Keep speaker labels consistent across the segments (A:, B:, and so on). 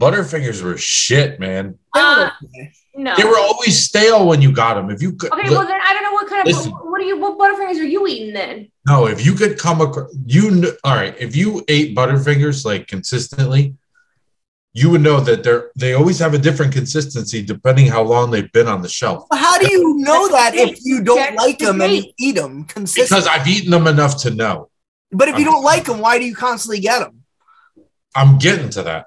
A: Butterfingers were shit, man.
B: Uh, no.
A: They were always stale when you got them. If you could,
B: Okay, well then I don't know what kind
A: Listen.
B: of what are you what butterfingers are you eating then?
A: no, if you could come across, you kn- all right. If you ate Butterfingers like consistently, you would know that they're they always have a different consistency depending how long they've been on the shelf.
C: Well, how do you know that if you don't
B: Check
C: like
B: the
C: them and you
B: date.
C: eat them consistently?
A: Because I've eaten them enough to know.
C: but if you don't like them, why do you constantly get them?
A: I'm getting to that.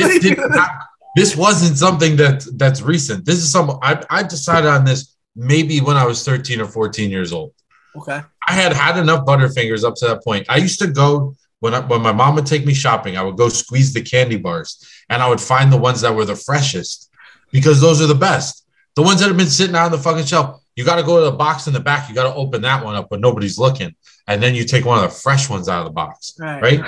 A: It did not- this wasn't something that that's recent. This is some I, I decided on this maybe when I was 13 or 14 years old.
C: okay.
A: I had had enough Butterfingers up to that point. I used to go when I, when my mom would take me shopping. I would go squeeze the candy bars, and I would find the ones that were the freshest because those are the best. The ones that have been sitting out on the fucking shelf. You got to go to the box in the back. You got to open that one up, but nobody's looking, and then you take one of the fresh ones out of the box
C: Right.
A: right?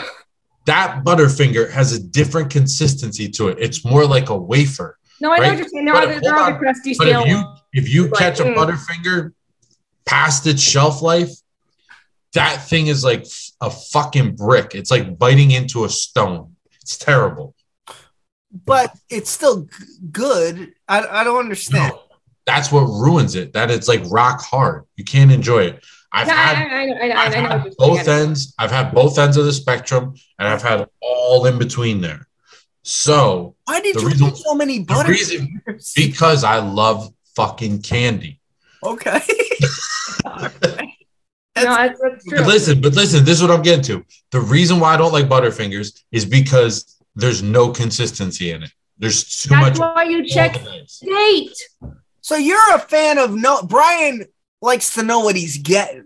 A: That Butterfinger has a different consistency to it. It's more like a wafer.
B: No, I know
A: Right.
B: what you're saying. There
A: But
B: are the,
A: hold
B: there are
A: on.
B: the crusty
A: But
B: stale
A: if you
B: ones.
A: if you
B: Like,
A: catch a
B: mm.
A: Butterfinger past its shelf life, that thing is like f- a fucking brick. It's like biting into a stone. It's terrible.
C: But it's still g- good. I, I don't understand.
A: No, that's what ruins it. That it's like rock hard. You can't enjoy it. I've
B: Yeah,
A: had
B: I, I, I, I,
A: I've
B: I know what
A: had
B: you're saying.
A: both ends. I've had both ends of the spectrum, and I've had all in between there. So
C: Why did
A: The
C: you
A: reason-
C: eat so many
A: the reason-
C: butterfingers?
A: because I love fucking candy.
C: okay.
B: No, that's, that's true.
A: But listen, but listen, this is what I'm getting to. The reason why I don't like Butterfingers is because there's no consistency in it. There's too
B: that's
A: much.
B: why you check
A: organized.
B: date.
C: So you're a fan of no Brian likes to know what he's getting,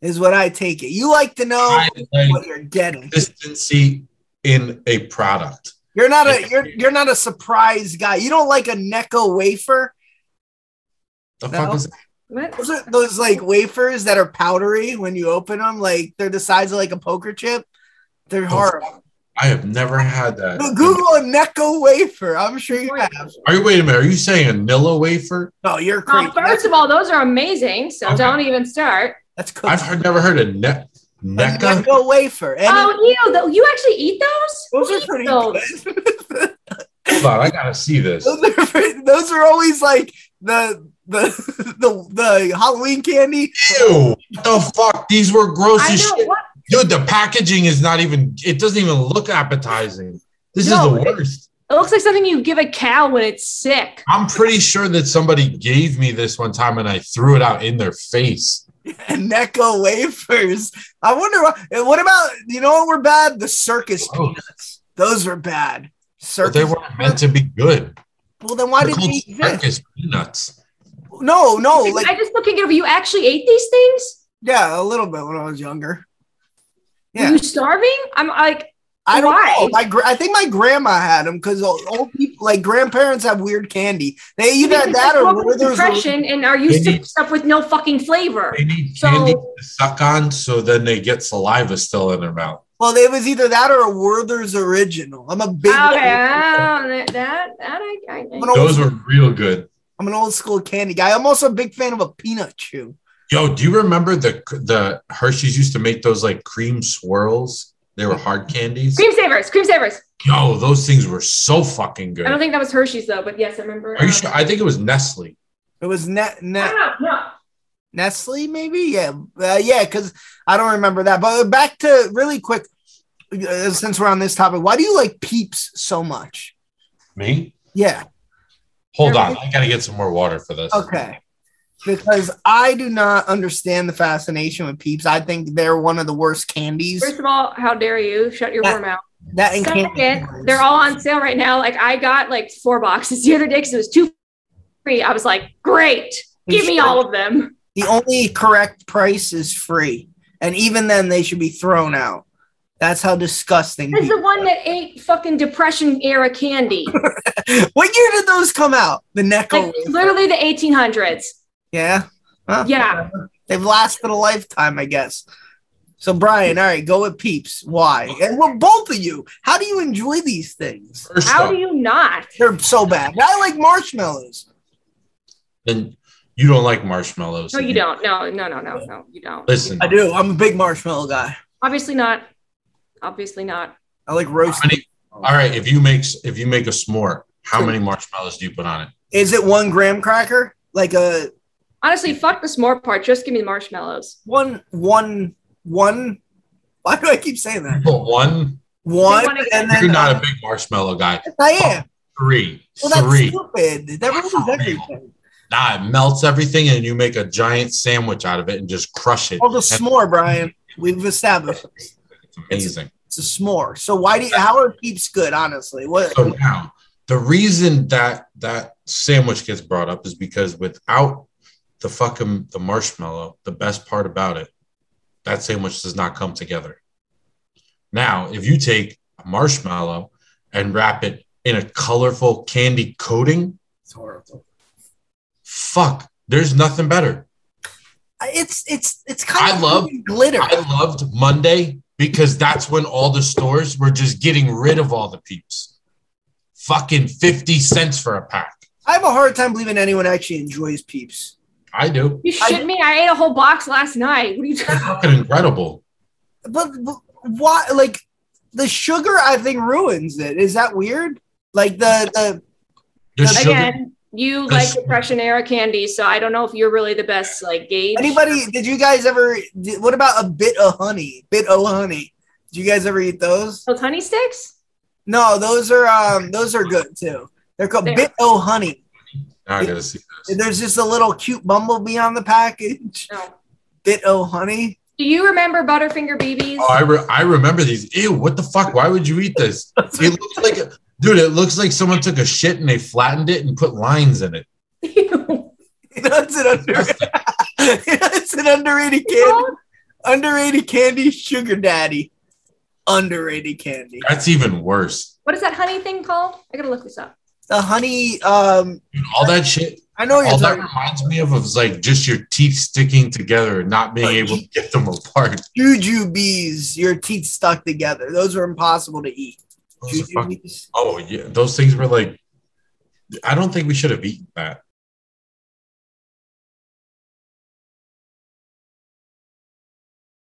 C: is what I take it. You like to know
A: I like
C: what you're getting.
A: consistency in a product.
C: You're not a you're you're not a surprise guy. You don't like a Necco wafer.
A: The
C: No.
A: fuck is
B: What?
C: Those are those like wafers that are powdery when you open them, like they're the size of like a poker chip.
A: Oh,
C: They're horrible.
A: I have never had that.
C: No, Google a Necco wafer. I'm sure you have.
A: Are you wait a minute? Are you saying a Nilla wafer?
C: No, you're crazy.
B: Uh, first of all, those are amazing, so
A: Okay.
B: don't even start.
C: that's, that's cool.
A: I've heard, never heard of ne-
C: A
A: NECA.
C: Necco wafer. And
B: oh, ew! Though you actually eat those?
C: those are pretty
B: those.
C: good.
A: Hold on, I gotta see this.
C: those are pretty- those are always like the the the the Halloween candy.
A: Ew! What the fuck? These were gross
B: I
A: as
B: know
A: shit.
B: what.
A: Dude, the packaging is not even. It doesn't even look appetizing. This
B: No,
A: is
B: it-
A: the worst.
B: It looks like something you give a cow when it's sick.
A: I'm pretty sure that somebody gave me this one time and I threw it out in their face.
C: and Necco wafers. I wonder why- and what about you know what were bad? The circus
A: Oh.
C: peanuts. Those were bad.
A: But
C: Circus.
A: they weren't meant to be good.
C: well, then why
A: They're
C: did
A: called
C: they exist?
A: circus peanuts.
C: No, no,
B: I
C: Oh, like
B: just look at it. You actually ate these things?
C: yeah, a little bit when I was younger. Yeah.
B: Were you starving? I'm like,
C: I don't
B: Why?
C: know. My gra- I think my grandma had them because old, old people, like grandparents, have weird candy. They either had
B: because
C: that
B: they grew
C: or
B: up with
C: Werther's or-
B: depression and are used
A: Maybe.
B: to stuff with no fucking flavor.
A: They need
B: So-
A: candy to suck on so then they get saliva still in their mouth.
C: Well, it was either that or a Werther's original. I'm a big.
B: Oh, Okay, ah, that that I, I, I
C: No.
A: Those were real good.
C: I'm an old school candy guy. I'm also a big fan of a peanut chew.
A: Yo, do you remember the the Hershey's used to make those like cream swirls? They were hard candies.
B: cream savers, cream savers.
A: Yo, those things were so fucking good.
B: I don't think that was Hershey's though, but yes, I remember.
A: Are you
B: um,
A: sure? I think it was Nestle.
C: It was net
B: I
C: net
B: don't know. No.
C: Nestle, maybe. Yeah, uh, yeah. Because I don't remember that. But back to really quick, uh, since we're on this topic, why do you like Peeps so much?
A: Me?
C: Yeah.
A: Hold on. I gotta get some more water for this.
C: Okay. Because I do not understand the fascination with Peeps. I think they're one of the worst candies.
B: First of all, how dare you shut your
C: Yeah.
B: warm mouth?
C: That and candy
B: Second,
C: bars.
B: they're all on sale right now. Like I got like four boxes the other day because it was two free. I was like, great, give me all of them.
C: The only correct price is free, and even then, they should be thrown out. That's how disgusting.
B: This is
C: Peeps
B: the one that ate fucking depression era candy,
C: what year did those come out? The Necco.
B: like literally the 1800s.
C: yeah. Huh.
B: Yeah,
C: They've lasted a lifetime, I guess. So, Brian, all right, go with peeps. Why? And we're both of you. How do you enjoy these things?
A: First
B: how
A: off,
B: do you not?
C: They're so bad. I like marshmallows.
A: then you don't like marshmallows.
B: No, you don't. No, no, no, no, no, you don't.
A: Listen,
C: I do. I'm a big marshmallow guy.
B: Obviously not. Obviously not.
C: I like roast.
A: How many, All right, if you make if you make a s'more, how many marshmallows do you put on it?
C: Is it one graham cracker? Like a
B: Honestly, fuck the s'more part. Just give me the marshmallows.
C: one, one, one. Why do I keep saying that?
A: Put one.
C: One,
B: wanna get-
C: and then
A: You're not a big marshmallow guy.
C: I am.
A: Three,
C: Well, that's
A: three.
C: stupid. That ruins
A: Wow,
C: everything.
A: Nah, it melts everything, and you make a giant sandwich out of it and just crush it.
C: Well, the
A: And
C: s'more, Brian. We've established this.
A: it's amazing.
C: it's a s'more. So why do you, how are peeps good? Honestly, what?
A: So now, the reason that that sandwich gets brought up is because without the fucking the marshmallow, the best part about it, that sandwich does not come together. Now, if you take a marshmallow and wrap it in a colorful candy coating,
C: It's horrible.
A: fuck, there's nothing better.
C: It's it's it's kind
A: I
C: of
A: love-
C: glitter.
A: I loved Monday because that's when all the stores were just getting rid of all the peeps. Fucking 50 cents for a pack.
C: I have a hard time believing anyone actually enjoys peeps.
A: I do.
B: You shit me. I ate a whole box last night. What are you talking?
A: Fucking incredible.
C: But, but why? Like the sugar, I think ruins it. Is that weird? Like the the
A: The
C: Again,
A: sugar,
B: Again, you
A: The
B: like
A: sugar.
B: Depression era candy, so I don't know if you're really the best like gauge.
C: anybody? Did you guys ever? Did, what about a bit of honey? Bit of honey. Did you guys ever eat those?
B: Those Oh, honey sticks?
C: No, those are um those are good too. They're called
B: They're-
C: bit o honey.
A: Now I gotta see this.
C: There's just a little cute bumblebee on the package.
B: No.
C: Bit o honey.
B: Do you remember Butterfinger BBs?
A: Oh, I, re- I remember these. Ew, what the fuck? Why would you eat this? It looks like, a- dude, it looks like someone took a shit and they flattened it and put lines in it.
C: That's an under. That's an underrated candy. Underrated candy. Sugar daddy. Underrated candy.
A: That's even worse.
B: what is that honey thing called? I gotta look this up.
C: The honey. Um,
A: Dude, all that shit,
C: I know what
A: all
C: you're
A: that
C: talking.
A: reminds me of is like just your teeth sticking together and not being able to get them apart.
C: Juju bees. Your teeth stuck together. Those are impossible to eat.
A: Those are
C: Juju
A: fucking-
C: bees.
A: Oh yeah, those things were like. I don't think we should have eaten that.